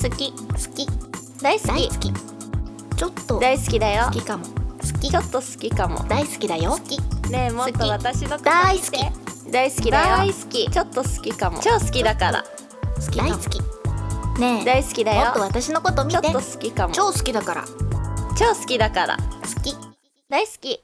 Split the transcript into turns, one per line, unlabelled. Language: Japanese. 好き
好き
大好
大
き
好きちょっと
大好きだよ
好きかも
好きちょっと好きかも
大好きだよ好き
ねえもっ
好
と
き
私のこと
大
見
好
て
き
大好きだよ
大好き
ちょっと好きかも超好きだから
好き大好きねえ
大好きだ
もっと
よ
私のこと見
ちょ
て
っと好きかも
超好きだから好
超好きだから
き
大好き